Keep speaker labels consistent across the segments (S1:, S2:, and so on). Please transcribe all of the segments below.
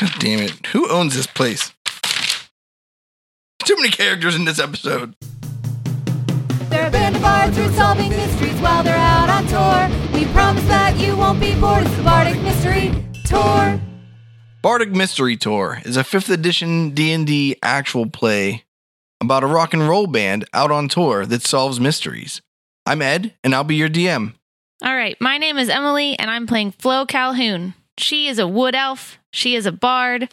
S1: God damn it. Who owns this place? Too many characters in this episode.
S2: They're band of archers solving mysteries while they're out on tour. We promise that you won't be bored. It's the Bardic Mystery Tour.
S1: Bardic Mystery Tour is a 5th edition D&D actual play about a rock and roll band out on tour that solves mysteries. I'm Ed, and I'll be your DM.
S3: All right, my name is Emily, and I'm playing Flo Calhoun. She is a wood elf, she is a bard,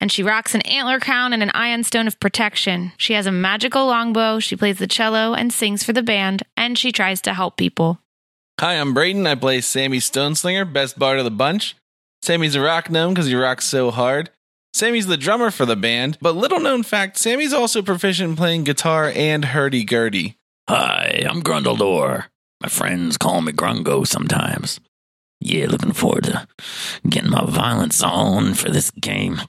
S3: and she rocks an antler crown and an iron stone of protection. She has a magical longbow, she plays the cello and sings for the band, and she tries to help people.
S4: Hi, I'm Braden. I play Sammy Stoneslinger, best bard of the bunch. Sammy's a rock gnome because he rocks so hard. Sammy's the drummer for the band, but little known fact, Sammy's also proficient in playing guitar and hurdy gurdy.
S5: Hi, I'm Grundledor. My friends call me Grungo sometimes. Yeah, looking forward to getting my violence on for this game.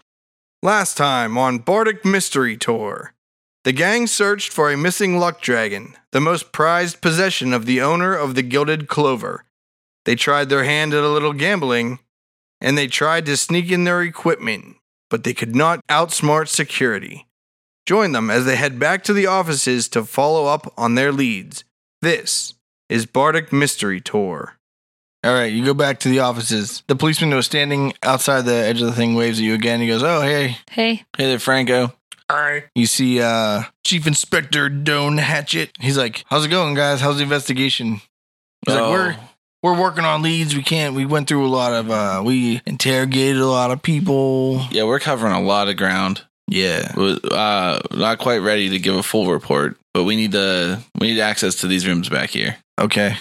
S1: Last time on Bardic Mystery Tour, the gang searched for a missing luck dragon, the most prized possession of the owner of the Gilded Clover. They tried their hand at a little gambling, and they tried to sneak in their equipment, but they could not outsmart security. Join them as they head back to the offices to follow up on their leads. This is Bardic Mystery Tour. All right, you go back to the offices. The policeman was standing outside the edge of the thing, waves at you again. He goes, Oh, hey,
S3: Hey,
S4: Hey there, Franco.
S1: you see uh Chief Inspector Doan Hatchet. He's like, How's it going, guys? How's the investigation? He's like,
S4: Oh.
S1: We're we're working on leads. We can't we went through a lot of uh we interrogated a lot of people.
S4: Yeah, we're covering a lot of ground.
S1: Yeah.
S4: Uh, not quite ready to give a full report, but we need the we need access to these rooms back here.
S1: Okay.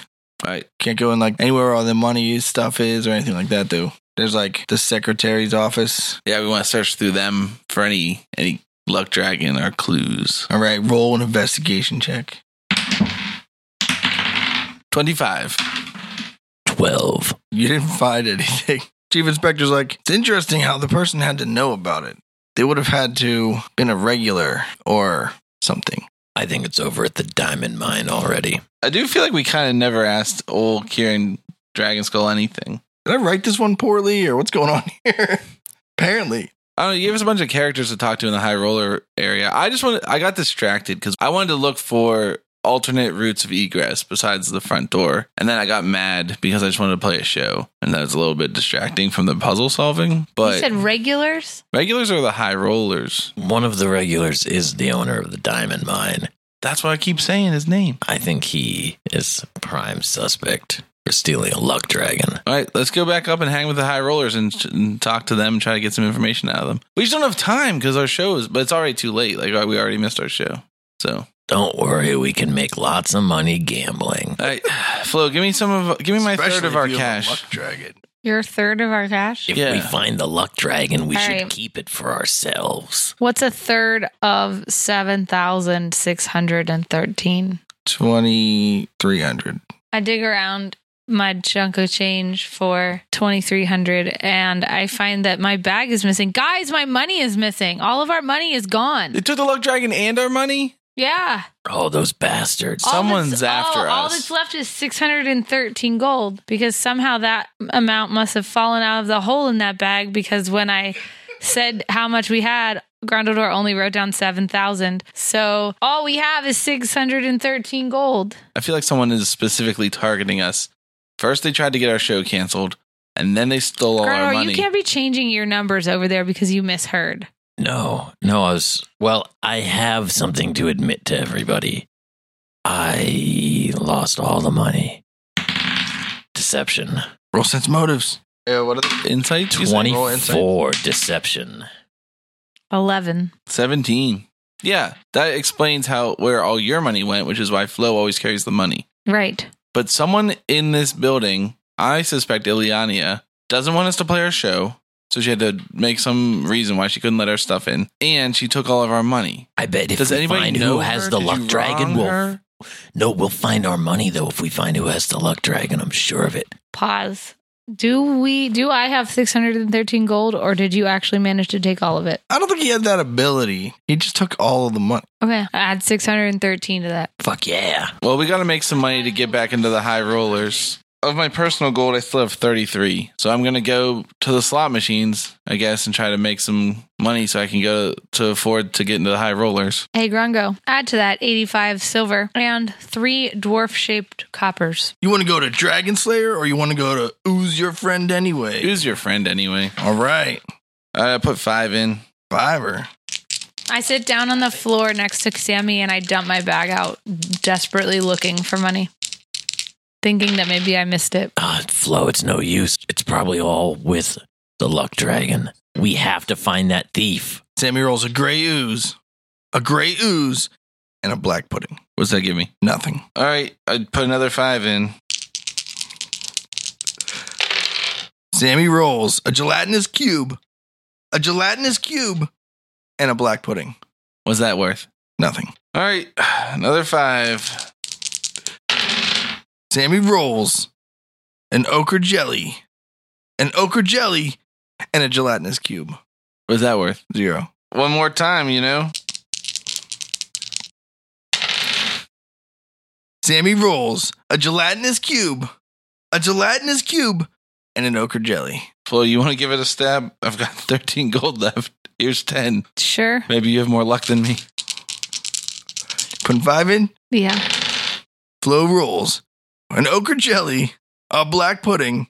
S4: All right.
S1: Can't go in like anywhere where all the money is- stuff is or anything like that though. There's like the secretary's office.
S4: Yeah, we want to search through them for any any luck dragon or clues.
S1: All right, roll an investigation check.
S4: Twenty five.
S5: 12.
S1: You didn't find anything. Chief Inspector's like, it's interesting how the person had to know about it. They would have had to been a regular or something.
S5: I think it's over at the diamond mine already.
S4: I do feel like we kind of never asked old Kieran Dragon Skull anything.
S1: Did I write this one poorly or what's going on here? Apparently.
S4: I don't know. You gave us a bunch of characters to talk to in the high roller area. I just wanted, I got distracted because I wanted to look for alternate routes of egress besides the front door. And then I got mad because I just wanted to play a show. And that was a little bit distracting from the puzzle solving.
S3: you
S4: But
S3: said regulars?
S4: regulars are the high rollers.
S5: One of the regulars is the owner of the diamond mine.
S4: That's why I keep saying his name.
S5: I think he is prime suspect for stealing a luck dragon.
S4: All right, let's go back up and hang with the high rollers and, and talk to them and try to get some information out of them. We just don't have time because our show is, but it's already too late. Like, we already missed our show. So,
S5: Don't worry, we can make lots of money gambling.
S4: all right, Flo, give me some of, give me my third
S1: Especially
S4: of our
S1: if you have a
S4: cash.
S1: luck dragon.
S3: Your third of our cash?
S5: If we
S4: Yeah.
S5: find the luck dragon, we
S3: All
S5: should
S3: right.
S5: keep it for ourselves.
S3: What's a third of 7,613?
S1: 2300.
S3: I dig around my chunk of change for 2300 and I find that my bag is missing. Guys, my money is missing. All of our money is gone.
S4: They took the luck dragon and our money.
S3: yeah.
S5: Oh, those bastards.
S3: All
S4: Someone's
S3: that's-
S4: after
S3: all, All
S4: us.
S3: that's left is 613 gold because somehow that amount must have fallen out of the hole in that bag because when I said how much we had, Grandador only wrote down 7,000. So all we have is 613 gold.
S4: I feel like someone is specifically targeting us. First, they tried to get our show canceled, and then they stole all our
S3: Grandador,
S4: money.
S3: you can't be changing your numbers over there because you misheard.
S5: No, no, I was. Well, I have something to admit to everybody. I lost all the money. Deception.
S1: Roll sense motives. Yeah, what are
S4: Insight you said? Roll insight.
S5: 24 deception.
S3: 11.
S4: seventeen. Yeah, that explains how where all your money went, which is why Flo always carries the money.
S3: Right.
S4: But someone in this building, I suspect Iliania, doesn't want us to play our show. So she had to make some reason why she couldn't let our stuff in. And she took all of our money.
S5: I bet if
S4: Does
S5: we
S4: anybody
S5: find
S4: know
S5: who has
S4: her?
S5: the
S4: Did
S5: luck
S4: you
S5: dragon,
S4: wrong
S5: we'll.
S4: her?
S5: No, we'll find our money, though, if we find who has the luck dragon. I'm sure of it.
S3: Pause. Do we do I have 613 gold or did you actually manage to take all of it?
S1: I don't think he had that ability. He just took all of the money.
S3: Okay. Add 613 to that.
S5: Fuck yeah.
S4: Well, we got to make some money to get back into the high rollers. of my personal gold, I still have 33. So I'm going to go to the slot machines, I guess, and try to make some money so I can go to afford to get into the high rollers.
S3: Hey, Grungo, add to that 85 silver and three dwarf shaped coppers.
S1: You want to go to Dragon Slayer or you want to go to Ooze Your Friend anyway?
S4: Who's your friend anyway?
S1: All right.
S4: I put five in.
S1: Fiver.
S3: I sit down on the floor next to Sammy and I dump my bag out, desperately looking for money, thinking that maybe I missed it.
S5: Ah, Flo, it's no use. It's probably all with the luck dragon. We have to find that thief.
S1: Sammy rolls a gray ooze, a gray ooze, and a black pudding.
S4: What's that give me?
S1: Nothing.
S4: All right. I put another five in.
S1: Sammy rolls a gelatinous cube, a gelatinous cube, and a black pudding.
S4: What's that worth?
S1: Nothing.
S4: All right. Another five.
S1: Sammy rolls an ochre jelly, an ochre jelly, and a gelatinous cube.
S4: What's that worth?
S1: Zero.
S4: One more time, you know?
S1: Sammy rolls a gelatinous cube, a gelatinous cube, and an ochre jelly.
S4: Flo, you want to give it a stab? I've got 13 gold left. Here's 10.
S3: Sure.
S4: Maybe you have more luck than me.
S1: Putting five in,
S3: Yeah.
S1: Flo rolls an ochre jelly, a black pudding,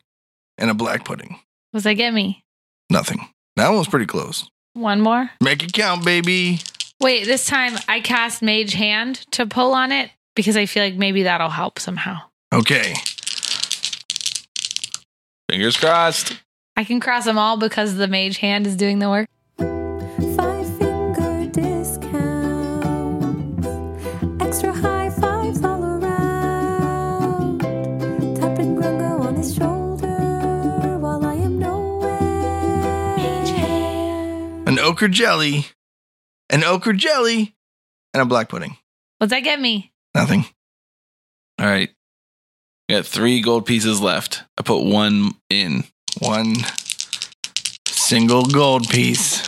S1: and a black pudding.
S3: Was that get me?
S1: Nothing. That one was pretty close.
S3: One more?
S1: Make it count, baby.
S3: Wait, this time I cast Mage Hand to pull on it because I feel like maybe that'll help somehow.
S1: Okay.
S4: Fingers crossed.
S3: I can cross them all because the Mage Hand is doing the work.
S2: Five finger discounts. Extra high fives all around. Tapping Grungo on his shoulder while I am nowhere.
S1: An ochre jelly, an ochre jelly, and a black pudding.
S3: What's that get me?
S1: Nothing.
S4: All right. I got three gold pieces left. I put one in.
S1: One single gold piece.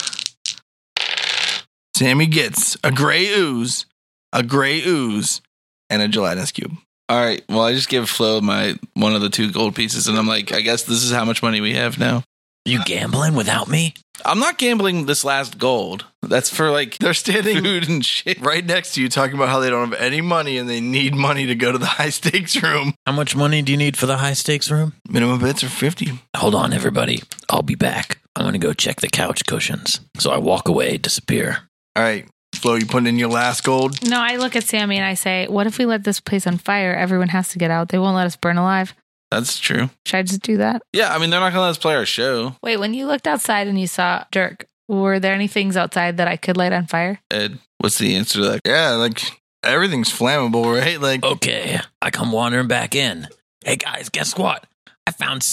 S1: Sammy gets a gray ooze, a gray ooze, and a gelatinous cube.
S4: All right. Well, I just give Flo my one of the two gold pieces, and I'm like, I guess this is how much money we have now.
S5: You gambling without me?
S4: I'm not gambling this last gold. That's for like
S1: They're standing
S4: food and shit.
S1: right next to you talking about how they don't have any money and they need money to go to the high stakes room.
S5: How much money do you need for the high stakes room?
S1: Minimum bets are 50.
S5: Hold on, everybody. I'll be back. I'm going to go check the couch cushions. So I walk away, disappear.
S1: All right, Flo, you putting in your last gold?
S3: No, I look at Sammy and I say, What if we let this place on fire? Everyone has to get out. They won't let us burn alive.
S4: That's true.
S3: Should I just do that?
S4: Yeah, I mean, they're not gonna let us play our show,
S3: Wait, when you looked outside and you saw Dirk, were there any things outside that I could light on fire?
S4: Ed. What's the answer to that?
S1: Yeah, like everything's flammable, right? Like,
S5: Okay, I come wandering back in. Hey guys, guess what? I found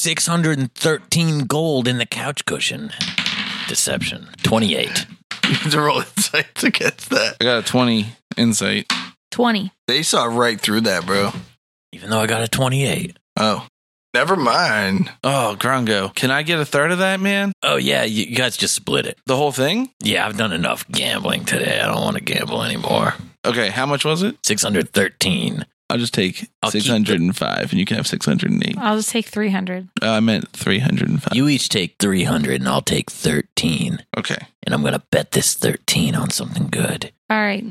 S5: 613 gold in the couch cushion. Deception. 28.
S1: you have to roll insights against that.
S4: I got a 20 insight.
S3: 20.
S1: They saw right through that, bro.
S5: Even though I got a 28.
S1: Oh, never mind.
S4: Oh, Grongo, can I get a third of that, man?
S5: Oh, yeah, you you guys just split it.
S4: The whole thing?
S5: Yeah, I've done enough gambling today. I don't want to gamble anymore.
S4: Okay, how much was it?
S5: 613.
S4: I'll just take
S5: I'll keep the-
S4: 605, and you can have 608.
S3: I'll just take 300.
S4: Uh, I meant 305.
S5: You each take 300 and I'll take 13.
S4: okay.
S5: And I'm going to bet this 13 on something good.
S3: All right.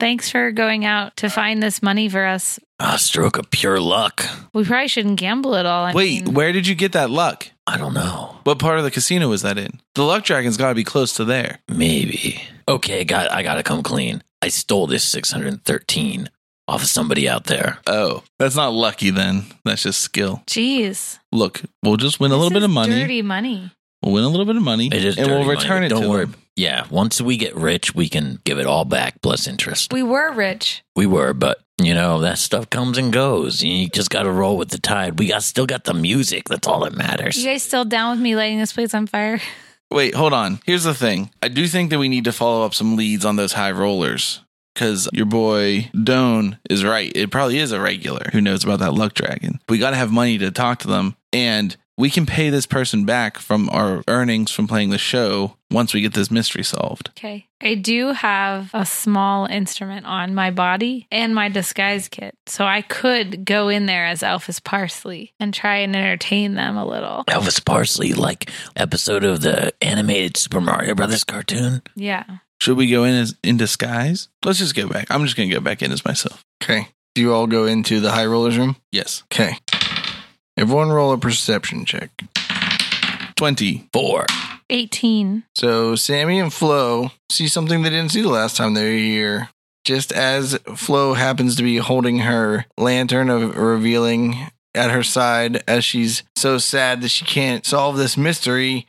S3: Thanks for going out to find this money for us.
S5: A Ah, stroke of pure luck.
S3: We probably shouldn't gamble at all. I
S4: Wait,
S3: mean,
S4: where did you get that luck?
S5: I don't know.
S4: What part of the casino was that in? The Luck Dragon's got to be close to there.
S5: Maybe. Okay, got I gotta come clean. I stole this 613 off of somebody out there.
S4: Oh, that's not lucky then. That's just skill.
S3: Jeez.
S4: Look, we'll just win a little
S3: This
S4: bit of
S3: is
S4: money.
S3: Dirty money.
S4: We'll win a little bit of money,
S5: It is
S4: and we'll
S5: dirty money,
S4: return
S5: but
S4: it.
S5: Don't
S4: to
S5: worry.
S4: them.
S5: Yeah, once we get rich, we can give it all back plus interest.
S3: We were rich.
S5: We were, but you know that stuff comes and goes. You just gotta roll with the tide. We got still got the music. That's all that
S3: You
S5: matters.
S3: guys still down with me lighting this place on fire?
S4: Wait, hold on. Here's the thing. I do think that we need to follow up some leads on those high rollers because your boy Doan is right. It probably is a regular who knows about that Luck Dragon. We got to have money to talk to them, and we can pay this person back from our earnings from playing the show once we get this mystery solved.
S3: Okay. I do have a small instrument on my body and my disguise kit. So I could go in there as Elphus Parsley and try and entertain them a little.
S5: Elvis Parsley, like episode of the animated Super Mario Brothers cartoon.
S3: Yeah.
S4: Should we go in as in disguise? Let's just go back. I'm just gonna go back in as myself.
S1: Okay. Do you all go into the high rollers room?
S4: Yes.
S1: Okay. Everyone roll a perception check.
S4: Twenty.
S5: Four.
S3: 18.
S1: So Sammy and Flo see something they didn't see the last time they were here. Just as Flo happens to be holding her lantern of revealing at her side as she's so sad that she can't solve this mystery.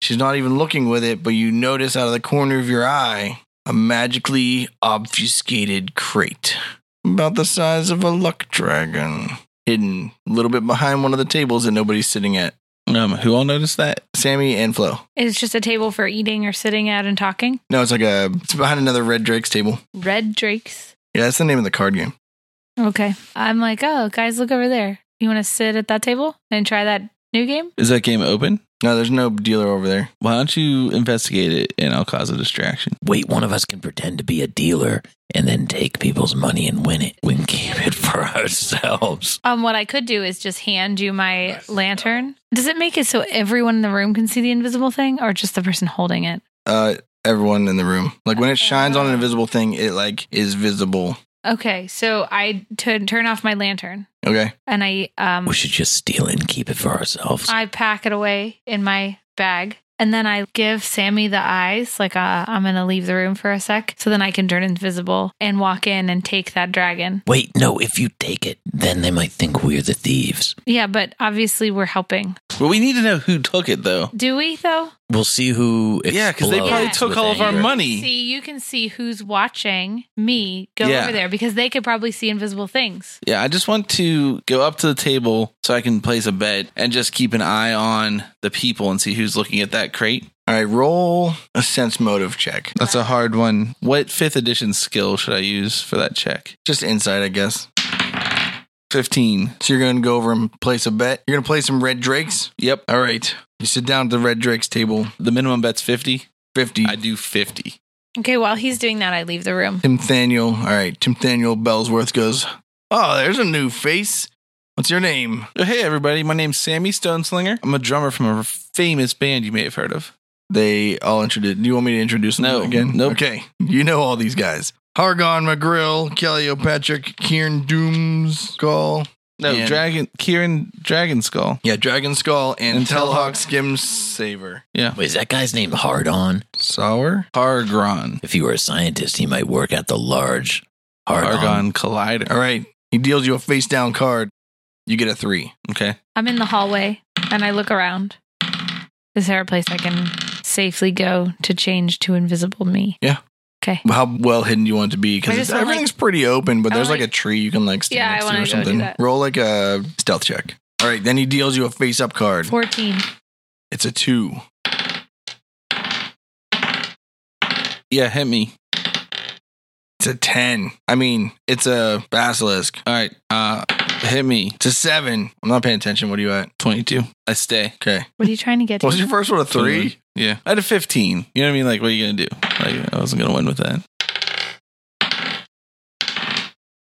S1: She's not even looking with it, but you notice out of the corner of your eye a magically obfuscated crate about the size of a luck dragon hidden a little bit behind one of the tables that nobody's sitting at.
S4: Um, who all noticed that?
S1: Sammy and Flo.
S3: It's just a table for eating or sitting at and talking.
S1: No, it's like a it's behind another Red Drake's table.
S3: Red Drakes.
S1: Yeah, that's the name of the card game.
S3: Okay. I'm like, oh, guys, look over there. You want to sit at that table and try that new game?
S4: Is that game open?
S1: No, there's no dealer over there.
S4: Why don't you investigate it and I'll cause a distraction?
S5: Wait, one of us can pretend to be a dealer and then take people's money and win it. We can keep it for ourselves.
S3: Um, what I could do is just hand you my lantern. Does it make it so everyone in the room can see the invisible thing or just the person holding it?
S1: Uh everyone in the room. Like when it shines on an invisible thing, it like is visible.
S3: Okay, so I tu- turn off my lantern
S1: Okay.
S3: and I um
S5: We should just steal it and keep it for ourselves.
S3: I pack it away in my bag and then I give Sammy the eyes like uh, I'm going to leave the room for a sec so then I can turn invisible and walk in and take that dragon.
S5: Wait, no, if you take it, then they might think we're the thieves.
S3: Yeah, but obviously we're helping.
S4: Well, we need to know who took it though.
S3: Do we though?
S5: We'll see who explodes
S4: Yeah, because they probably
S3: Explodes
S4: took
S5: with
S4: all of our
S5: anger.
S4: money.
S3: See, you can see who's watching me go
S4: Yeah.
S3: over there because they could probably see invisible things.
S4: Yeah, I just want to go up to the table so I can place a bet and just keep an eye on the people and see who's looking at that crate.
S1: All right, roll a sense motive check.
S4: That's a hard one. What fifth edition skill should I use for that check?
S1: Just insight, I guess.
S4: 15.
S1: So you're gonna go over and place a bet. You're gonna play some red drakes.
S4: Yep.
S1: All right. You sit down at the red drakes table.
S4: The minimum bet's 50.
S1: Fifty.
S4: I do 50.
S3: Okay, while he's doing that, I leave the room.
S1: Tim Thaniel. All right. Tim Thaniel Bellsworth goes. Oh, there's a new face. What's your name?
S4: Oh, hey, everybody. My name's Sammy Stoneslinger. I'm a drummer from a famous band you may have heard of.
S1: They all introduce. Do you want me to introduce them
S4: No.
S1: again?
S4: Nope.
S1: Okay. You know all these guys: Hargon McGrill, Kelly O'Patrick, Kieran Doomskull.
S4: No,
S1: And-
S4: Dragon, Kieran Dragon Skull.
S1: Yeah, Dragon Skull and,
S4: And
S1: Telhawk
S4: Telhawk.
S1: Skim Saver.
S5: Wait, is that guy's name Hard On?
S1: Sour?
S4: Argon.
S5: If he were a scientist, he might work at the large Hard On.
S4: Argon Collider.
S1: All right. He deals you a face down card. You get a three.
S4: Okay.
S3: I'm in the hallway and I look around. Is there a place I can safely go to change to invisible me?
S1: Yeah.
S3: Okay.
S1: How well hidden do you want it to be?
S3: I
S1: Because
S3: just want,
S1: everything's pretty open, but
S3: I
S1: there's
S3: want,
S1: like a tree you can like stand
S3: Yeah, I
S1: next to
S3: wanna
S1: or
S3: go do
S1: something.
S3: that.
S1: Roll like a stealth check. All right. Then he deals you a face up card.
S3: 14.
S1: It's a two.
S4: Yeah, hit me.
S1: It's a ten. I mean, it's a basilisk.
S4: All right. Uh, hit me.
S1: It's a seven. I'm not paying attention. What are you at?
S4: 22. I stay.
S1: Okay.
S3: What are you trying to get
S1: What was your
S3: to?
S1: first one? A three?
S4: Yeah. I had a 15. You know what I mean? Like, what are you going to do? Like, I wasn't going to win with that.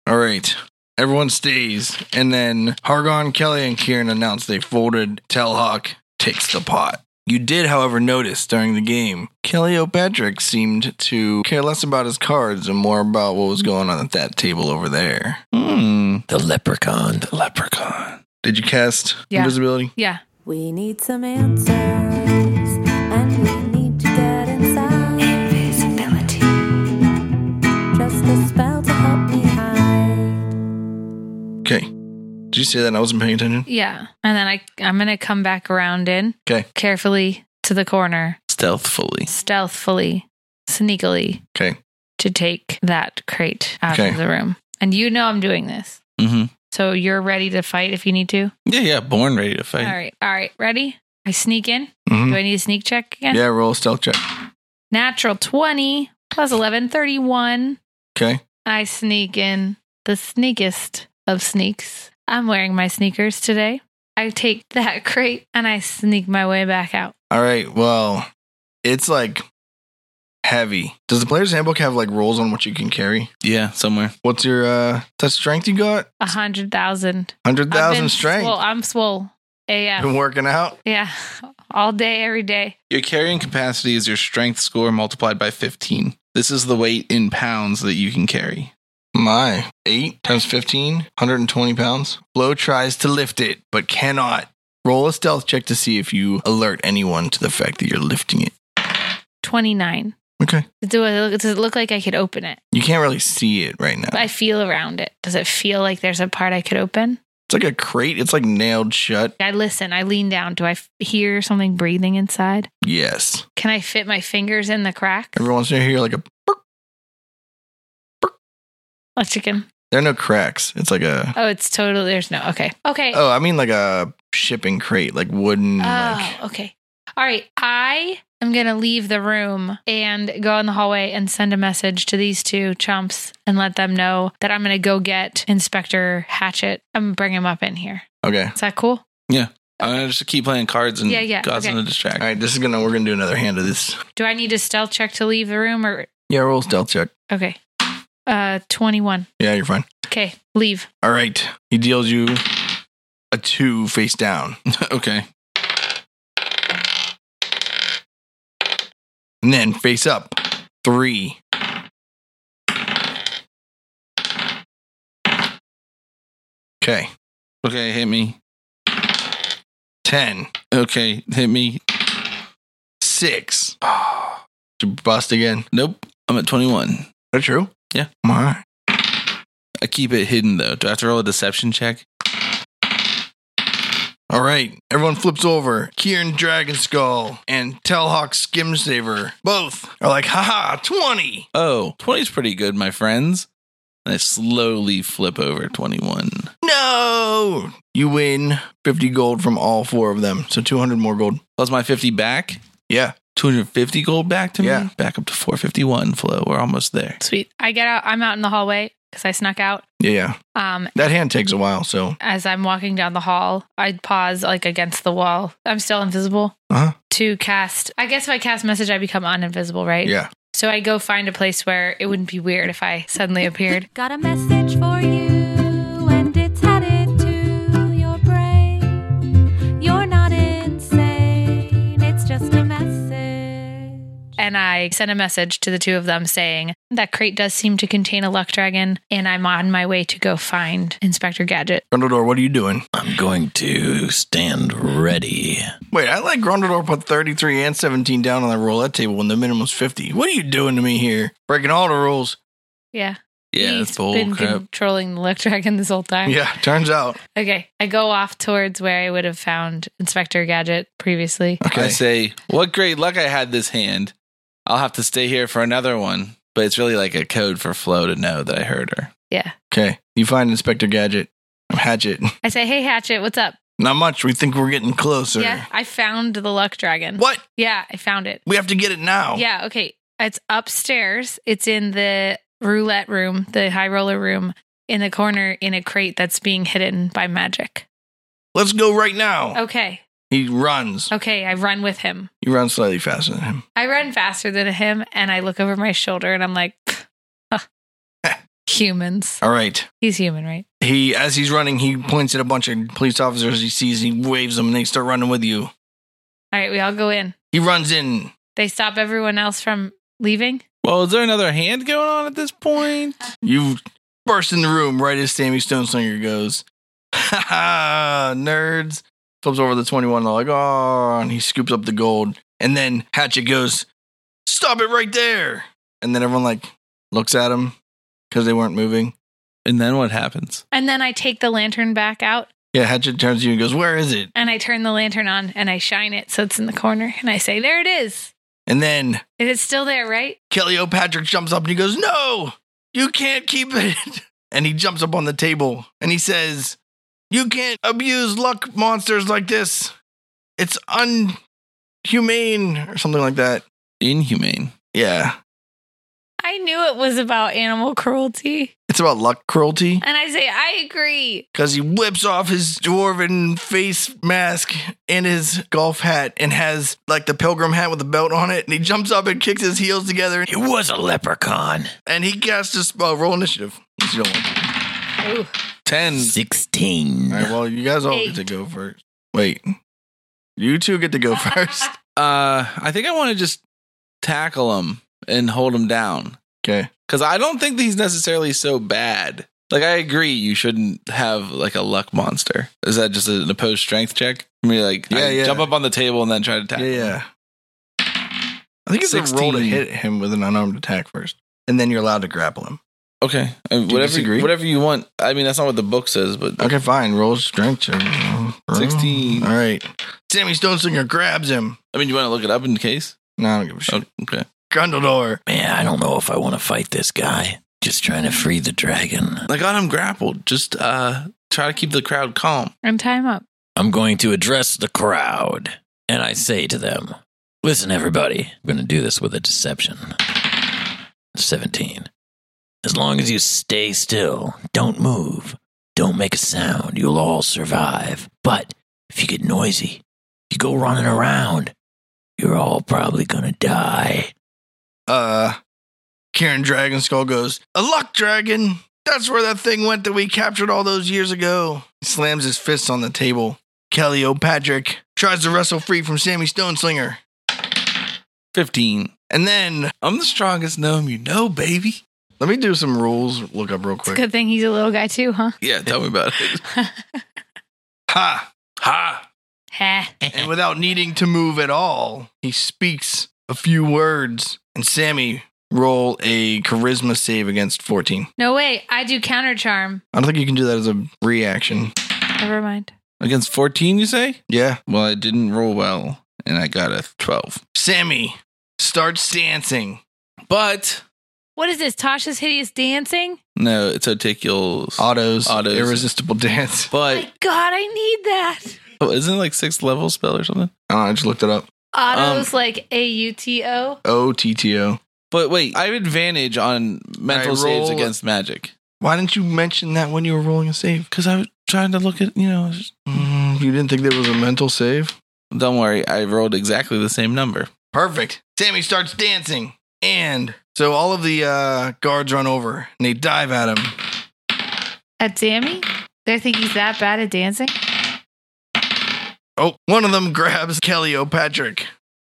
S1: All right. Everyone stays. And then Hargon, Kelly, and Kieran announce they folded. Telhawk takes the pot. You did, however, notice during the game, Kelly O'Patrick seemed to care less about his cards and more about what was going on at that table over there.
S4: Hmm.
S5: The leprechaun.
S4: Leprechaun.
S1: Did you cast
S3: Yeah.
S1: invisibility?
S3: Yeah.
S2: We need some answers, and we need to get inside. Invisibility. Just a spell to help me hide.
S1: Okay. Did you say that and I wasn't paying attention?
S3: Yeah. And then I, I'm going to come back around in
S1: Okay.
S3: carefully to the corner,
S4: Stealthfully.
S3: stealthily, sneakily
S1: Okay.
S3: to take that crate out
S1: Okay.
S3: of the room. And you know I'm doing this.
S4: Mm-hmm.
S3: So you're ready to fight if you need to?
S4: Yeah, yeah. Born ready to fight.
S3: All right. All right. Ready? I sneak in.
S1: Mhm.
S3: Do I need a sneak check again?
S1: Yeah, roll a stealth check.
S3: Natural 20 plus 11, 31.
S1: Okay.
S3: I sneak in the sneakest of sneaks. I'm wearing my sneakers today. I take that crate and I sneak my way back out.
S1: All right. Well, It's like heavy. Does the player's handbook have like rules on what you can carry?
S4: Yeah, somewhere.
S1: What's your uh that strength you got?
S3: A hundred thousand.
S1: Hundred
S3: I've been
S1: thousand strength.
S3: Swole. I'm swole. AF.
S1: Been working out.
S3: Yeah. All day, every day.
S4: Your carrying capacity is your strength score multiplied by 15. This is the weight in pounds that you can carry.
S1: My eight times 15, 120 pounds. Flo tries to lift it, but cannot. Roll a stealth check to see if you alert anyone to the fact that you're lifting it.
S3: Twenty nine.
S1: Okay.
S3: Do I look, does it look like I could open it?
S1: You can't really see it right now.
S3: I feel around it. Does it feel like there's a part I could open?
S1: It's like a crate. It's like nailed shut.
S3: I listen. I lean down. Do I f- hear something breathing inside?
S1: Yes.
S3: Can I fit my fingers in the crack?
S1: Every once in a while, you hear like a. Burp.
S3: A chicken.
S1: There are no cracks. It's like a.
S3: Oh, it's totally. There's no. Okay. Okay.
S1: Oh, I mean like a shipping crate, like wooden. like,
S3: Oh, okay. All right. I am going to leave the room and go in the hallway and send a message to these two chumps and let them know that I'm going to go get Inspector Hatchet and bring him up in here.
S1: okay.
S3: Is that cool?
S4: I'm gonna just keep playing cards and
S3: Yeah, yeah,
S4: causing
S3: okay.
S4: a distraction.
S1: All right. This is gonna. We're gonna do another hand of this.
S3: Do I need a stealth check to leave the room or?
S1: Yeah. Roll stealth check.
S3: Okay. Uh, 21.
S1: Yeah, you're fine.
S3: Okay. Leave.
S1: All right. He deals you a two face down.
S4: okay.
S1: And then face up. Three. Okay.
S4: Okay, hit me.
S1: Ten.
S4: Okay, hit me.
S1: Six. Did you bust again?
S4: Nope. I'm at 21.
S1: Is that true?
S4: Yeah.
S1: My.
S4: I keep it hidden though. Do I have to roll a deception check?
S1: All right. Everyone flips over. Kieran Dragon Skull and Telhawk Skim Saver both are like, haha, 20.
S4: Oh, 20 is pretty good, my friends. And I slowly flip over 21.
S1: No. You win 50 gold from all four of them. So 200 more gold.
S4: Plus my 50 back.
S1: Yeah.
S4: 250 gold back to me.
S1: Yeah.
S4: Back up to 451, Flo. We're almost there.
S3: Sweet. I get out. I'm out in the hallway because I snuck out.
S1: Yeah. Yeah.
S3: Um,
S1: That hand takes a while. So
S3: as I'm walking down the hall, I'd pause like against the wall. I'm still invisible.
S1: Uh-huh.
S3: To cast, I guess if I cast message, I become uninvisible, right?
S1: yeah.
S3: So I go find a place where it wouldn't be weird if I suddenly appeared.
S2: Got a message for you, and it's headed to your brain. You're not insane, it's just a message.
S3: And I sent a message to the two of them saying, That crate does seem to contain a luck dragon, and I'm on my way to go find Inspector Gadget.
S1: Grundledor, what are you doing?
S5: I'm going to stand ready.
S1: Wait, I like Grundledor put 33 and 17 down on that roulette table when the minimum's 50. What are you doing to me here? Breaking all the rules.
S3: Yeah.
S4: Yeah,
S3: He's
S4: that's bull
S3: been
S4: crap.
S3: controlling the luck dragon this whole time.
S1: Yeah, turns out.
S3: Okay. I go off towards where I would have found Inspector Gadget previously.
S4: I
S1: Okay.
S4: say, what great luck I had this hand. I'll have to stay here for another one. But it's really like a code for Flo to know that I heard her.
S1: Okay. You find Inspector Gadget. Hatchet.
S3: I say, Hey, Hatchet, what's up?
S1: Not much. We think we're getting closer.
S3: Yeah, I found the luck dragon.
S1: What? Oh.
S3: Yeah, I found it.
S1: We have to get it now.
S3: Yeah, okay. It's upstairs. It's in the roulette room, the high roller room in the corner in a crate that's being hidden by magic.
S1: Let's go right now.
S3: Okay.
S1: He runs.
S3: Okay, I run with him.
S1: You run slightly faster than him.
S3: I run faster than him and I look over my shoulder and I'm like "Pff, huh. humans.
S1: All right.
S3: He's human, right?
S1: He, as he's running, he points at a bunch of police officers he sees. He waves them, and they start running with you.
S3: All right, we all go in.
S1: He runs in.
S3: They stop everyone else from leaving.
S4: Well, is there another hand going on at this point?
S1: You burst in the room right as Sammy Stoneslinger goes. Ha ha! Nerds. Flips over the twenty-one. They're like, oh, and he scoops up the gold. And then Hatchet goes, "Stop it right there!" And then everyone like looks at him because they weren't moving.
S4: And then what happens?
S3: And then I take the lantern back out
S1: Yeah, Hatchet turns to you and goes, Where is it?
S3: and I turn the lantern on and I shine it so it's in the corner and I say, There it is.
S1: And then
S3: It is still there, right?
S1: Kelly O'Patrick jumps up and he goes, No, you can't keep it. And he jumps up on the table and he says, You can't abuse luck monsters like this. It's unhumane or something like that.
S4: Inhumane.
S1: Yeah.
S3: I knew it was about animal cruelty.
S1: It's about luck cruelty.
S3: And I say, I agree.
S1: Because he whips off his dwarven face mask and his golf hat and has like the pilgrim hat with the belt on it. And he jumps up and kicks his heels together
S5: It was a leprechaun.
S1: and he casts a spell. Roll initiative. Let's go. All
S4: 10.
S5: 16.
S1: right, well, you guys all get to
S3: Eight.
S1: go first. Wait. You two get to go first.
S4: Uh, I think I want to just tackle him and hold him down.
S1: Okay.
S4: Because I don't think that he's necessarily so bad. Like, I agree, you shouldn't have like a luck monster. Is that just an opposed strength check? I mean, like,
S1: Yeah,
S4: I
S1: yeah.
S4: jump up on the table and then try to
S1: Yeah,
S4: tackle. him.
S1: yeah. I think it's a roll to
S4: 16.
S1: hit him with an unarmed attack first. And then you're allowed to grapple him.
S4: Okay. I
S1: Do
S4: mean,
S1: you
S4: whatever,
S1: disagree?
S4: whatever you want. I mean, that's not what the book says, but
S1: Okay, fine. Roll strength check.
S4: 16.
S1: All right. Sammy Stonesinger grabs him.
S4: I mean, you want to look it up in case?
S1: No, I don't give a shit.
S4: Oh, okay.
S1: Grundledor.
S5: Man, I don't know if I want to fight this guy. Just trying to free the dragon.
S4: I got him grappled. Just uh, try to keep the crowd calm.
S3: And time up.
S5: I'm going to address the crowd. And I say to them, listen, everybody, I'm going to do this with a deception. 17. As long as you stay still, don't move, don't make a sound, you'll all survive. But if you get noisy, you go running around, you're all probably going to die.
S1: Uh, Karen Dragon Skull goes, A luck dragon! That's where that thing went that we captured all those years ago. He slams his fists on the table. Kelly O'Patrick tries to wrestle free from Sammy Stoneslinger.
S4: 15.
S1: And then,
S4: I'm the strongest gnome you know, baby.
S1: let me do some rules. Look up real
S3: It's a
S1: quick.
S3: good thing he's a little guy too, huh?
S4: Yeah, tell me about it.
S1: Ha!
S4: Ha!
S3: Heh.
S1: And without needing to move at all, he speaks a few words. And Sammy, roll a charisma save against 14.
S3: No way. I do counter charm.
S1: I don't think you can do that as a reaction.
S3: Never mind.
S4: Against 14, you say?
S1: Yeah.
S4: Well, I didn't roll well, and I got a 12.
S1: Sammy starts dancing.
S4: But
S3: What is this? Tasha's hideous dancing?
S4: no, it's Oticules.
S1: Autos,
S4: Autos.
S1: irresistible dance.
S4: but
S3: My God, I need that.
S4: oh, isn't it like sixth level spell or something?
S1: Oh, I just looked it up.
S3: Auto's like A U T O.
S1: O T T O.
S4: But wait, I have advantage on mental
S1: I
S4: saves
S1: roll-
S4: against magic
S1: Why didn't you mention that when you were rolling a save?
S4: because I was trying to look at you know. just-
S1: Mm, you didn't think there was a mental save?
S4: Don't worry, I rolled exactly the same number.
S1: Perfect. Sammy starts dancing, and so all of the uh, guards run over and they dive at him.
S3: At Sammy? They think he's that bad at dancing?
S1: Oh, one of them grabs Kelly O'Patrick.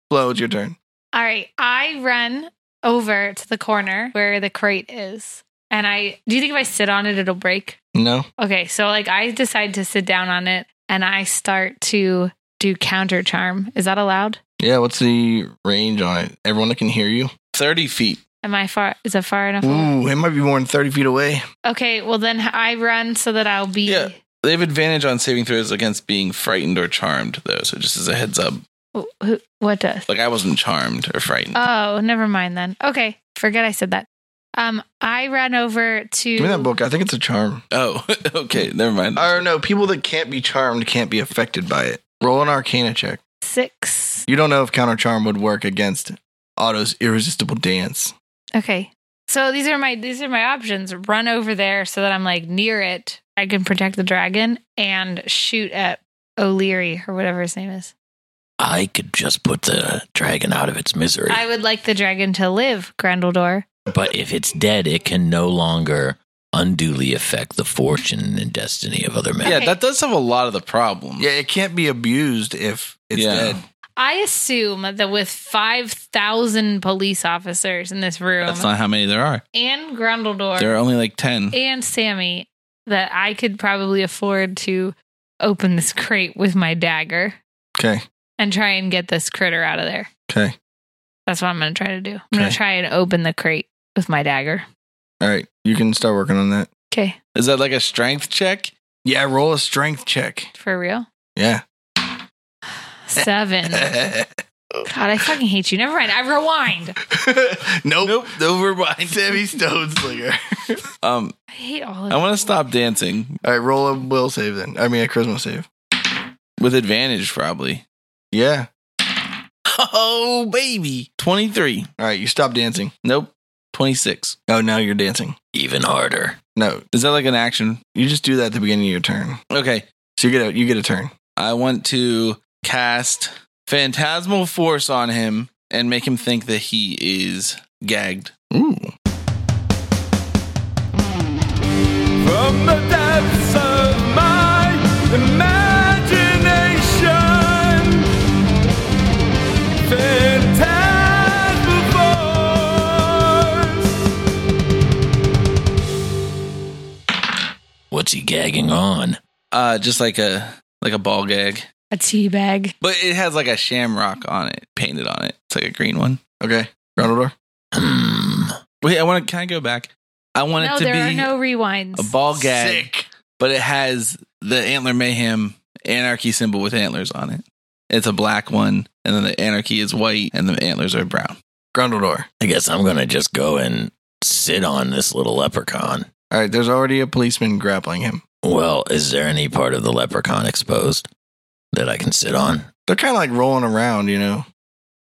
S1: Flo, it's your turn.
S3: All right. I run over to the corner where the crate is. And I do you think if I sit on it, it'll break?
S1: No.
S3: Okay. So, like, I decide to sit down on it and I start to do counter charm. Is that allowed?
S1: Yeah. What's the range on it? Everyone that can hear you.
S4: Thirty feet.
S3: Am I far? Is it far enough? away?
S1: Ooh, it might be more than thirty feet away.
S3: Okay. Well, then I run so that I'll be.
S4: Yeah. They have advantage on saving throws against being frightened or charmed, though. So just as a heads up,
S3: Wh- who- What does?
S4: like I wasn't charmed or frightened.
S1: Uh.
S3: Oh, never mind then. Okay, forget I said that. Um, I ran over to.
S1: Give me that book. I think it's a charm.
S4: oh, okay, never mind.
S1: Or no, people that can't be charmed can't be affected by it. Roll an arcana check.
S3: Six.
S1: You don't know if counter charm would work against Otto's irresistible dance.
S3: Okay, so these are my these are my options. Run over there so that I'm like near it. I can protect the dragon and shoot at O'Leary or whatever his name is.
S5: I could just put the dragon out of its misery.
S3: I would like the dragon to live, Grandeldor.
S5: But if it's dead, it can no longer unduly affect the fortune and destiny of other men.
S4: yeah,
S3: okay.
S4: that does have a lot of the problem.
S1: Yeah, it can't be abused if it's
S4: Yeah.
S1: dead.
S3: I assume that with five thousand police officers in this room
S4: that's not how many there are.
S3: and Grandeldor,
S4: There are only like ten.
S3: and Sammy that I could probably afford to open this crate with my dagger
S1: Okay.
S3: and try and get this critter out of there.
S1: Okay.
S3: That's what I'm going to try to do. I'm going
S1: Okay.
S3: to try and open the crate with my dagger.
S1: All right. You can start working on that.
S3: Okay,
S4: Is that like a strength check?
S1: Yeah, roll a strength check.
S3: for real.
S1: Yeah.
S3: Seven. God, I fucking hate you. Never mind. I rewind.
S1: nope.
S4: Nope. Over mind.
S1: Sammy Stoneslinger.
S4: Um,
S3: I hate all of
S4: I want
S3: you.
S4: to stop dancing
S1: All right, roll a will save then. I mean, a charisma save.
S4: with advantage, probably.
S1: Yeah.
S4: Oh, baby. 23.
S1: All right, you stop dancing.
S4: Nope. 26.
S1: Oh, now you're dancing.
S5: Even harder.
S1: No, is that like an action? You just do that at the beginning of your turn.
S4: Okay.
S1: So you get a you get a turn.
S4: I want to cast Phantasmal Force on him and make him think that he is gagged.
S1: Ooh.
S6: From the depths of my imagination, phantasmal voice.
S5: What's he gagging on?
S4: Uh, just like a like a ball gag,
S3: A tea bag.
S4: but it has like a shamrock on it, painted on it. It's like a green one.
S1: Okay. Grondor.
S5: Hmm.
S4: Wait, I want to. Can I go back? I want
S3: No,
S4: it to
S3: there are
S4: be
S3: no rewinds.
S4: a ball gag, but it has the antler mayhem anarchy symbol with antlers on it. It's a black one, and then the anarchy is white, and the antlers are brown.
S1: Grondor.
S5: I guess I'm gonna just go and sit on this little leprechaun.
S1: All right. There's already a policeman grappling him.
S5: Well, is there any part of the leprechaun exposed that I can sit on?
S1: They're kind of like rolling around, you know,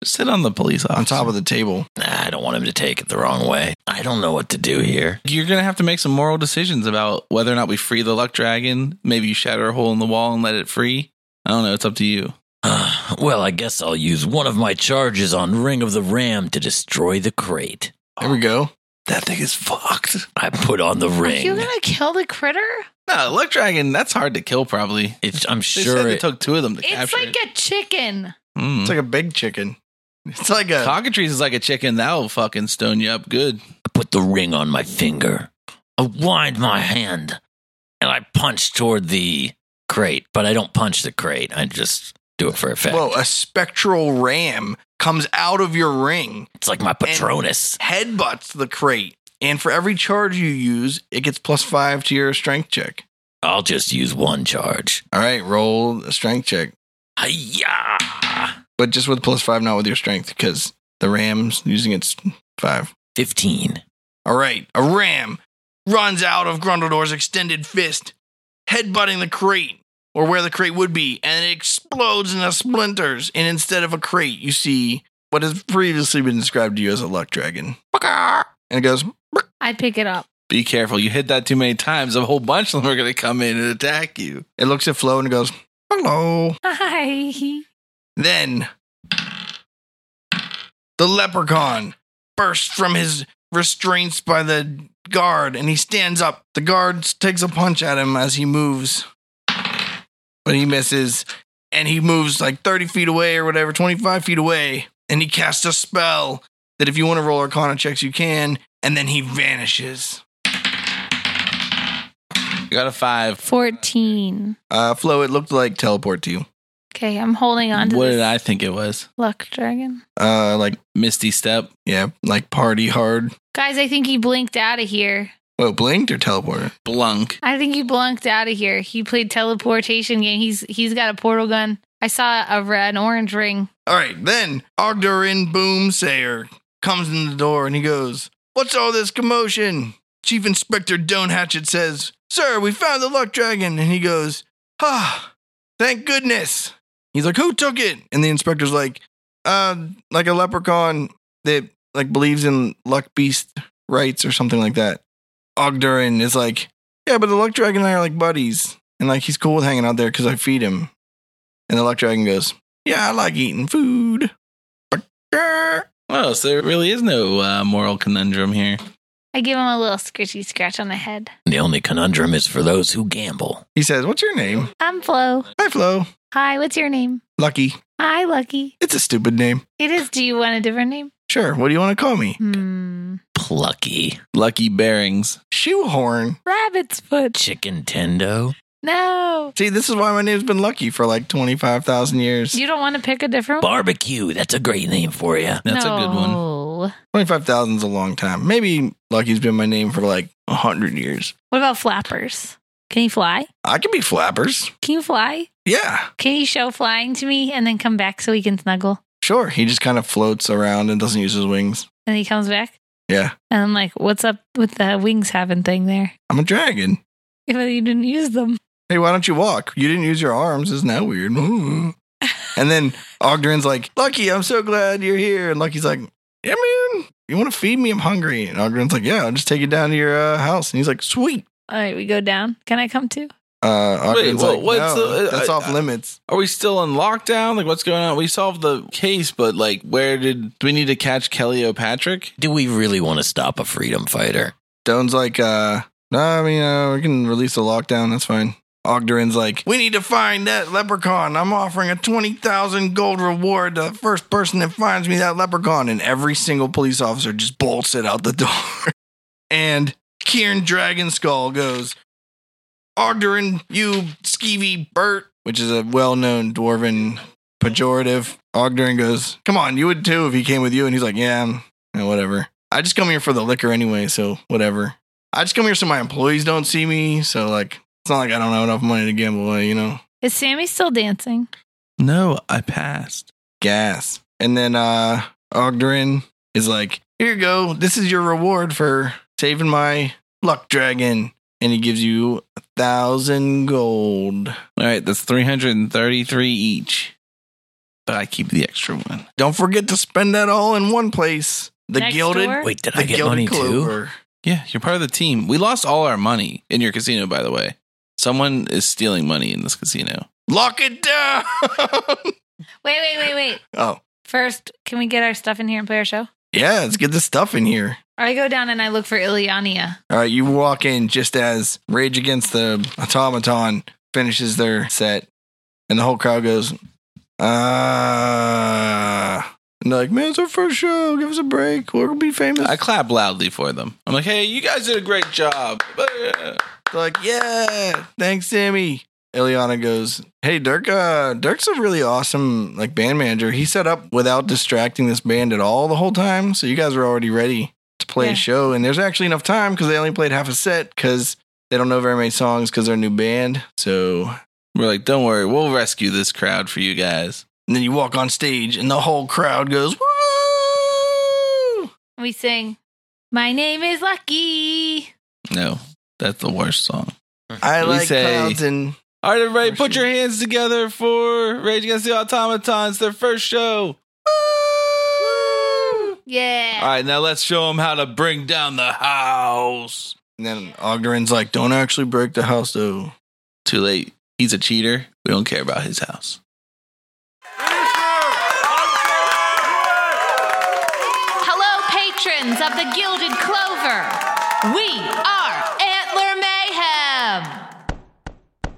S4: Sit on the police officer.
S1: on top of the table.
S5: Nah, I don't want him to take it the wrong way. I don't know what to do here.
S4: You're gonna have to make some moral decisions about whether or not we free the luck dragon. Maybe you shatter a hole in the wall and let it free. I don't know. It's up to you.
S5: Uh, well, I guess I'll use one of my charges on Ring of the Ram to destroy the crate.
S1: There we go.
S4: That thing is fucked.
S5: I put on the
S3: Are
S5: ring.
S3: you gonna kill the critter?
S4: No, luck dragon. That's hard to kill. Probably.
S5: It's, I'm
S4: They said
S5: sure
S4: it,
S5: it,
S4: took two of them to
S3: It's
S4: capture
S3: like
S4: it.
S3: a chicken.
S4: Mm.
S1: It's like a big chicken. It's like a.
S4: Cockatrice is like a chicken. That'll fucking stone you up good.
S5: I put the ring on my finger. I wind my hand and I punch toward the crate, but I don't punch the crate. I just do it for effect.
S1: Whoa, a spectral ram comes out of your ring,
S5: It's like my Patronus.
S1: headbutts the crate, and for every charge you use, it gets plus five to your strength check.
S5: I'll just use one charge.
S1: All right, roll a strength check,
S5: Hiya!
S1: but just with plus five, not with your strength, because the ram's using its five.
S5: 15.
S1: All right, a ram runs out of Grundledor's extended fist, headbutting the crate, or where the crate would be, and it explodes into splinters. And instead of a crate, you see what has previously been described to you as a luck dragon. And it goes,
S3: I'd pick it up.
S4: Be careful. You hit that too many times. A whole bunch of them are going to come in and attack you.
S1: it looks at Flo and it goes, hello.
S3: Hi.
S1: Then the leprechaun bursts from his restraints by the guard and he stands up. The guard takes a punch at him as he moves, but he misses and he moves like 30 feet away or whatever, 25 feet away, and he casts a spell that if you want to roll arcana checks, you can, and then he vanishes.
S4: You got a five.
S3: Fourteen.
S1: Uh, Flo, it looked like teleport to you.
S3: Okay, I'm holding on to
S4: What
S3: this
S4: did I think it was?
S3: luck dragon.
S1: Uh, like,
S4: Misty step.
S1: yeah, like party hard.
S3: Guys, I think he blinked out of here.
S1: Whoa, blinked or teleported?
S4: Blunk.
S3: I think he blinked out of here. He played teleportation game. He's he's got a portal gun. I saw a red an orange ring.
S1: All right, then Ogdorin Boomsayer comes in the door and he goes, What's all this commotion? Chief Inspector Don Hatchet says, Sir, we found the luck dragon. And he goes, Ah, thank goodness. He's like, Who took it? And the inspector's like, uh, like a leprechaun that like believes in luck beast rights or something like that. Ogdorin is like, Yeah, but the luck dragon and I are like buddies. And like he's cool with hanging out there because I feed him. And the luck dragon goes, yeah, I like eating food.
S4: Oh, so there really is no uh, moral conundrum here.
S3: I give him a little scritchy scratch on the head.
S5: The only conundrum is for those who gamble.
S1: He says, What's your name?
S3: I'm Flo.
S1: Hi, Flo.
S3: Hi, what's your name?
S1: Lucky.
S3: Hi, Lucky.
S1: It's a stupid name.
S3: It is. Do you want a different name?
S1: Sure. What do you want to call me?
S3: Hmm.
S5: Plucky.
S4: Lucky bearings.
S1: Shoehorn.
S3: Rabbit's foot.
S5: Chicken Tendo.
S3: No.
S1: See, this is why my name's been Lucky for like 25,000 years.
S3: You don't want to pick a different one?
S5: Barbecue. That's a great name for you.
S4: That's a good one.
S3: one.
S1: 25,000 is a long time. Maybe Lucky's been my name for like 100 years.
S3: What about flappers? Can you fly?
S1: I can be flappers.
S3: Can you fly?
S1: Yeah,
S3: Can you show flying to me and then come back so we can snuggle?
S1: sure. He just kind of floats around and doesn't use his wings.
S3: And he comes back
S1: Yeah.
S3: and I'm like, what's up with the wings having thing there?
S1: I'm a dragon.
S3: If you didn't use them.
S1: hey, why don't you walk? You didn't use your arms. Isn't that weird? and then Ogdorin's like, Lucky, I'm so glad you're here. And Lucky's like, yeah, man, You want to feed me? I'm hungry. And Ogren's like, Yeah, I'll just take you down to your uh, house. And he's like, Sweet.
S3: All right, we go down. Can I come too?
S1: Uh, Ogren's
S4: whoa,
S1: like,
S4: what's
S1: "No,
S4: the- uh,
S1: That's
S4: I-
S1: off
S4: I-
S1: limits.
S4: Are we still on lockdown? Like, what's going on? We solved the case, but like, where did do we need to catch Kelly O'Patrick?
S5: Do we really want to stop a freedom fighter?
S1: Doan's like, uh, no, I mean, uh, we can release the lockdown. That's fine. Ogdoran's like, we need to find that leprechaun. I'm offering a 20,000 gold reward to the first person that finds me that leprechaun. And every single police officer just bolts it out the door. and Kieran Dragonskull goes, Ogdoran, you skeevy Bert, which is a well known dwarven pejorative. Ogdoran goes, come on, you would too if he came with you. And he's like, yeah, I'm- yeah, whatever. I just come here for the liquor anyway, so whatever. I just come here so my employees don't see me. So like, it's not like I don't have enough money to gamble away, you know.
S3: Is Sammy still dancing?
S4: No, I passed.
S1: Gas. And then uh Ogdorin is like, here you go. This is your reward for saving my luck dragon. And he gives you a thousand gold.
S4: All right, that's three hundred and thirty-three each. But I keep the extra one.
S1: Don't forget to spend that all in one place. The
S3: Next
S1: gilded,
S3: door?
S5: Wait, did
S1: the
S5: I get money
S1: gilded
S5: too?
S1: clover.
S4: Yeah, you're part of the team. We lost all our money in your casino, by the way. Someone is stealing money in this casino.
S1: Lock it down.
S3: Wait, wait, wait, wait.
S1: oh
S3: First, can we get our stuff in here and play our show?
S1: yeah, let's get this stuff in here.
S3: Or I go down and I look for Iliania.
S1: All right, you walk in just as Rage Against the Automaton finishes their set, and the whole crowd goes, ah. And they're like, man, it's our first show. Give us a break. We're going to be famous.
S4: I clap loudly for them. I'm like, hey, you guys did a great job.
S1: They're like, yeah, thanks, Sammy. Ileana goes, hey, Dirk, uh, Dirk's a really awesome like band manager. He set up without distracting this band at all the whole time. So you guys were already ready to play
S3: Yeah.
S1: a show. And there's actually enough time because they only played half a set because they don't know very many songs because they're a new band. So
S4: We're like, don't worry, we'll rescue this crowd for you guys.
S1: And then you walk on stage and the whole crowd goes, Woo!
S3: We sing, My name is Lucky.
S4: No, that's the worst song.
S1: I
S4: We
S1: like
S4: say-
S1: clouds and
S4: All right, everybody,
S1: Or
S4: put
S1: she-
S4: your hands together for Rage Against the Automatons, their first show.
S3: Yeah.
S4: All right, now let's show them how to bring down the house.
S1: and then Ogdoran's like, Don't actually break the house though.
S4: Too late. He's a cheater. We don't care about his house.
S3: Hello, patrons of the Gilded Clover. We are Antler Mayhem.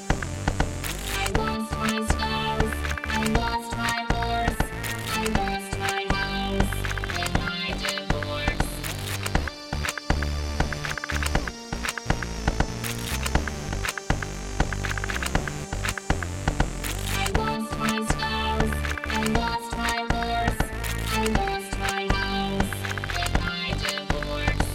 S7: I lost my scars. I lost my horse. I lost my house in my divorce. I lost my scars. I lost my horse. I lost my house in my divorce.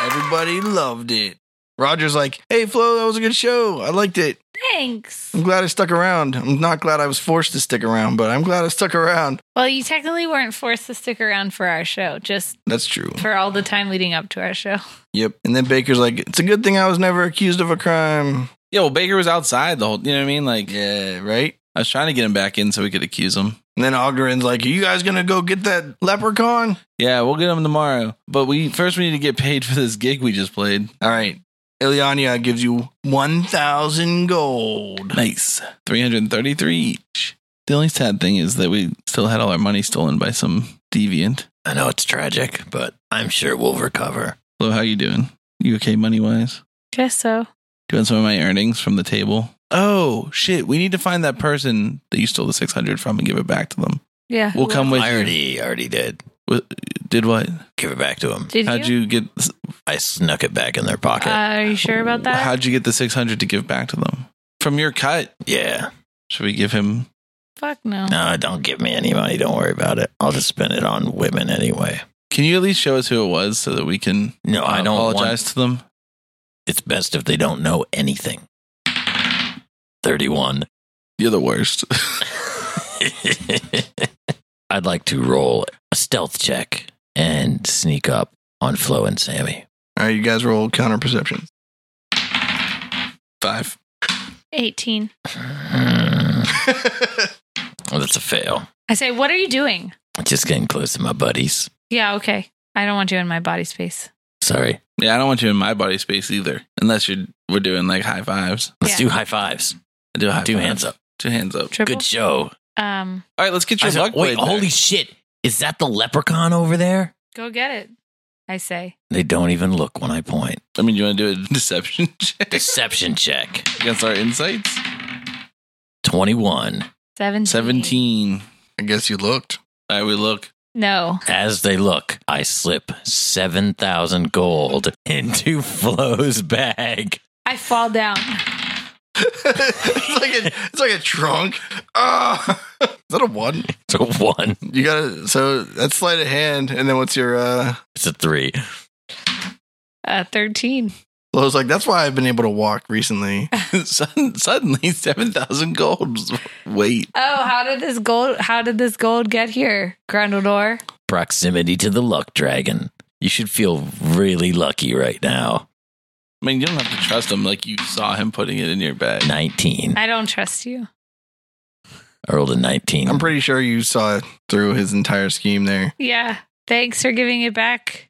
S1: Everybody loved it. Roger's like, hey, Flo, that was a good show. I liked it.
S3: Thanks.
S1: I'm glad I stuck around. I'm not glad I was forced to stick around, but I'm glad I stuck around.
S3: Well, you technically weren't forced to stick around for our show, just
S1: That's true.
S3: for all the time leading up to our show.
S1: Yep. And then Baker's like, it's a good thing I was never accused of a crime.
S4: Yeah, well, Baker was outside the whole. You know what I mean? Like,
S1: Yeah, right?
S4: I was trying to get him back in so we could accuse him.
S1: And then Ogren's like, are you guys going to go get that leprechaun?
S4: Yeah, we'll get him tomorrow. But we first we need to get paid for this gig we just played.
S1: All right. Ilyania gives you 1,000 gold.
S4: Nice, three hundred thirty-three each. The only sad thing is that we still had all our money stolen by some deviant.
S5: I know it's tragic, but I'm sure we'll recover.
S4: Flo, how you doing? You okay money wise?
S3: Just so.
S4: Do you want some of my earnings from the table? Oh shit! We need to find that person that you stole the six hundred from and give it back to them.
S3: Yeah.
S4: We'll come with
S5: I
S4: you.
S5: already already did.
S4: Did what?
S5: Give it back to him.
S3: Did
S4: How'd you get?
S5: I snuck it back in their pocket.
S3: are you sure about that?
S4: How'd you get the six hundred to give back to them from your cut?
S5: yeah.
S4: Should we give him?
S3: Fuck no.
S5: No, don't give me any money. Don't worry about it. I'll just spend it on women anyway.
S4: Can you at least show us who it was so that we can? uh,
S5: No, I don't
S4: apologize
S5: want.
S4: to them.
S5: It's best if they don't know anything. 31.
S4: You're the worst.
S5: I'd like to roll a stealth check and sneak up on Flo and Sammy.
S1: All right, you guys roll counter perception.
S4: Five.
S3: 18.
S5: Mm, that's a fail.
S3: I say, what are you doing?
S5: Just getting close to my buddies.
S3: Yeah, okay. I don't want you in my body space.
S5: Sorry.
S4: Yeah, I don't want you in my body space either. Unless you're we're doing like high fives.
S5: Let's
S3: Yeah.
S5: do high fives.
S4: I do a high
S5: Two
S4: five.
S5: hands up.
S4: Two hands up.
S3: Triple.
S5: Good show.
S3: um,
S4: All right, let's get your
S5: I said,
S4: luck.
S5: wait,
S4: blade
S5: holy
S4: back.
S5: shit. Is that the leprechaun over there?
S3: go get it. I say.
S5: They don't even look when I point.
S4: I mean, you want to do a deception check
S5: Deception check.
S4: against our insights?
S5: 21.
S3: 17.
S4: Seventeen.
S1: I guess you looked.
S4: All right, we look.
S3: No.
S5: As they look, I slip 7,000 gold into Flo's bag.
S3: I fall down.
S1: it's like a it's like a trunk. Ah, is that a one?
S5: It's a one.
S1: You gotta so that's sleight of hand, and then what's your uh
S5: It's a three.
S3: Uh, 13.
S1: I was like, that's why I've been able to walk recently.
S4: Sudden- Suddenly, seven thousand gold. Wait,
S3: Oh, how did this gold, how did this gold get here, Grundledor?
S5: Proximity to the luck dragon. You should feel really lucky right now.
S4: I mean, you don't have to trust him. Like you saw him putting it in your bag.
S5: 19.
S3: I don't trust you.
S5: I rolled a 19.
S1: I'm pretty sure you saw through his entire scheme there.
S3: Yeah. Thanks for giving it back.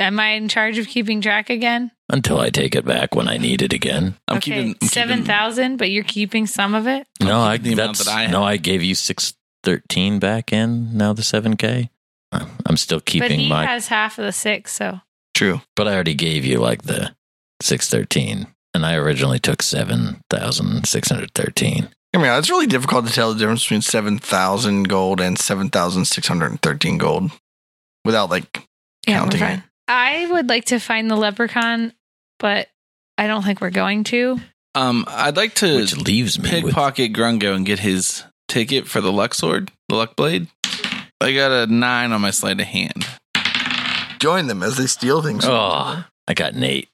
S3: Am I in charge of keeping track again?
S5: Until I take it back when I need it again.
S4: I'm
S3: okay.
S4: keeping I'm
S3: seven
S4: keeping-
S3: thousand, but you're keeping some of it.
S5: No, I,
S4: keeping the amount
S5: that's,
S4: that I
S5: no, I gave you 613 back in, now the 7K. I'm I'm still
S3: but
S5: keeping
S3: he
S5: my.
S3: has half of the six, so
S1: True.
S5: But I already gave you like the 613, and I originally took 7,613.
S1: I mean, it's really difficult to tell the difference between seven thousand gold and seven thousand six hundred and thirteen gold without like
S3: yeah, we're
S1: Counting
S3: fine.
S1: it.
S3: I would like to find the leprechaun, but I don't think we're going to.
S4: Um, I'd like to
S5: Which leaves me with
S4: pickpocket Grungo and get his ticket for the luck sword, the luck blade. I got a nine on my sleight of hand.
S1: join them as they steal things.
S5: Oh, I got an eight.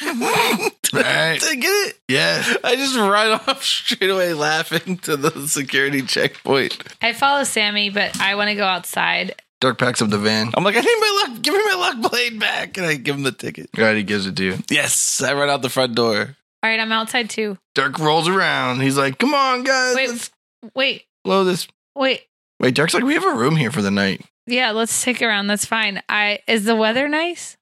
S1: Right.
S4: Did I get it?
S1: Yeah.
S4: I just run off straight away laughing to the security checkpoint.
S3: I follow Sammy, but I want to go outside.
S1: Dirk packs up the van.
S4: I'm like, I need my luck. Give me my luck blade back. And I give him the ticket.
S1: Right, he gives it to you.
S4: Yes. I run out the front door.
S3: All right, I'm outside too.
S1: Dirk rolls around. He's like, come on, guys.
S3: Wait,
S1: Let's
S3: wait,
S1: blow this.
S3: wait.
S1: Wait, Dirk's like, we have a room here for the night.
S3: Yeah, let's stick around. That's fine. I is the weather nice?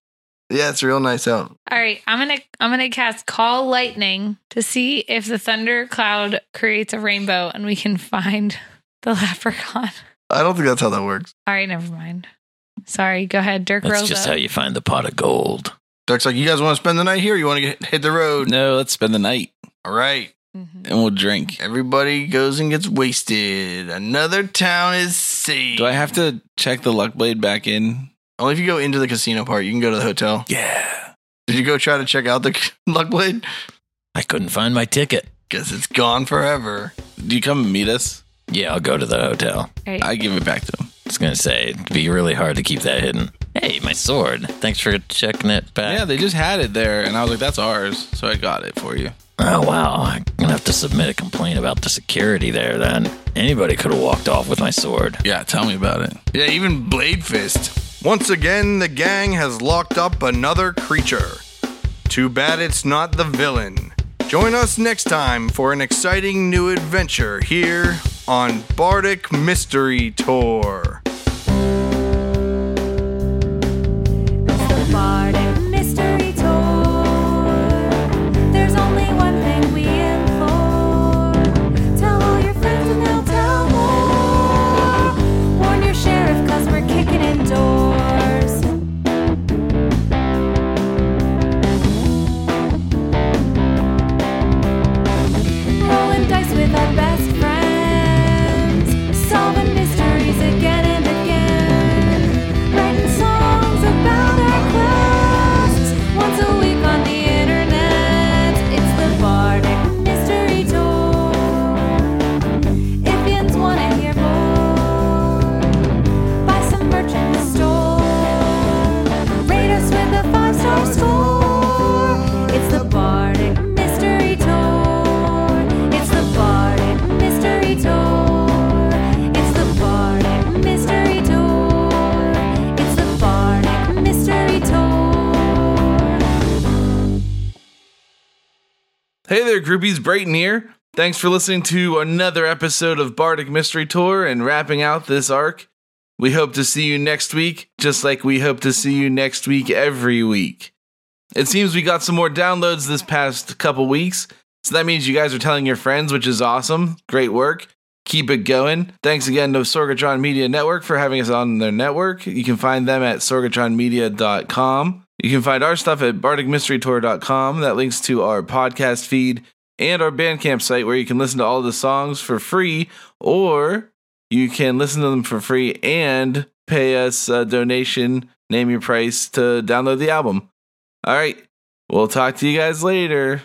S1: Yeah, it's real nice out.
S3: All right, I'm gonna I'm gonna cast call lightning to see if the thunder cloud creates a rainbow and we can find the leprechaun.
S1: I don't think that's how that works.
S3: All right, never mind. Sorry, go ahead, Dirk
S5: That's
S3: rolls
S5: just
S3: up.
S5: how you find the pot of gold.
S1: Dirk's like, you guys want to spend the night here? Or you want to get, hit the road?
S4: No, let's spend the night
S1: All right.
S3: Mhm.
S4: and we'll drink.
S1: Everybody goes and gets wasted. Another town is saved.
S4: Do I have to check the luck blade back in?
S1: Only if you go into the casino part, you can go to the hotel. Yeah. Did you go try to check out the luck blade?
S5: I couldn't find my ticket.
S1: Guess it's gone forever.
S4: Do you come and meet us?
S5: Yeah, I'll go to the hotel.
S3: All right.
S4: I give it back to him.
S5: I was going to say, it'd be really hard to keep that hidden. Hey, my sword. Thanks for checking it back.
S4: Yeah, they just had it there, and I was like, "That's ours," so I got it for you.
S5: Oh wow, I'm gonna have to submit a complaint about the security there. Then anybody could have walked off with my sword.
S4: Yeah, tell me about it.
S1: Yeah, even Blade Fist. Once again, the gang has locked up another creature. Too bad it's not the villain. Join us next time for an exciting new adventure here on Bardic Mystery Tour.
S2: The Bardic Mystery Tour. There's only one thing we aim for. Tell all your friends and they'll tell more. Warn your sheriff 'cause we're kicking in doors. Rolling dice with our best friends. Solving mysteries again and again. Writing songs about our quests once a week on the internet. It's the Bardic Mystery Tour. If you want to hear more, buy some merch in the store. Rate us with a five star score. It's the Bardic Mystery Tour. It's the Bardic Mystery Tour. It's the Bardic Mystery Tour. It's the Bardic Mystery Tour.
S4: Hey there, groupies. Brayton here. Thanks for listening to another episode of Bardic Mystery Tour and wrapping out this arc. We hope to see you next week, just like we hope to see you next week every week. It seems we got some more downloads this past couple weeks, so that means you guys are telling your friends, which is awesome. Great work. Keep it going. Thanks again to Sorgatron Media Network for having us on their network. You can find them at sorgatronmedia.com. You can find our stuff at bardicmysterytour.com. That links to our podcast feed and our Bandcamp site where you can listen to all the songs for free or you can listen to them for free and pay us a donation, name your price to download the album. All right. We'll talk to you guys later.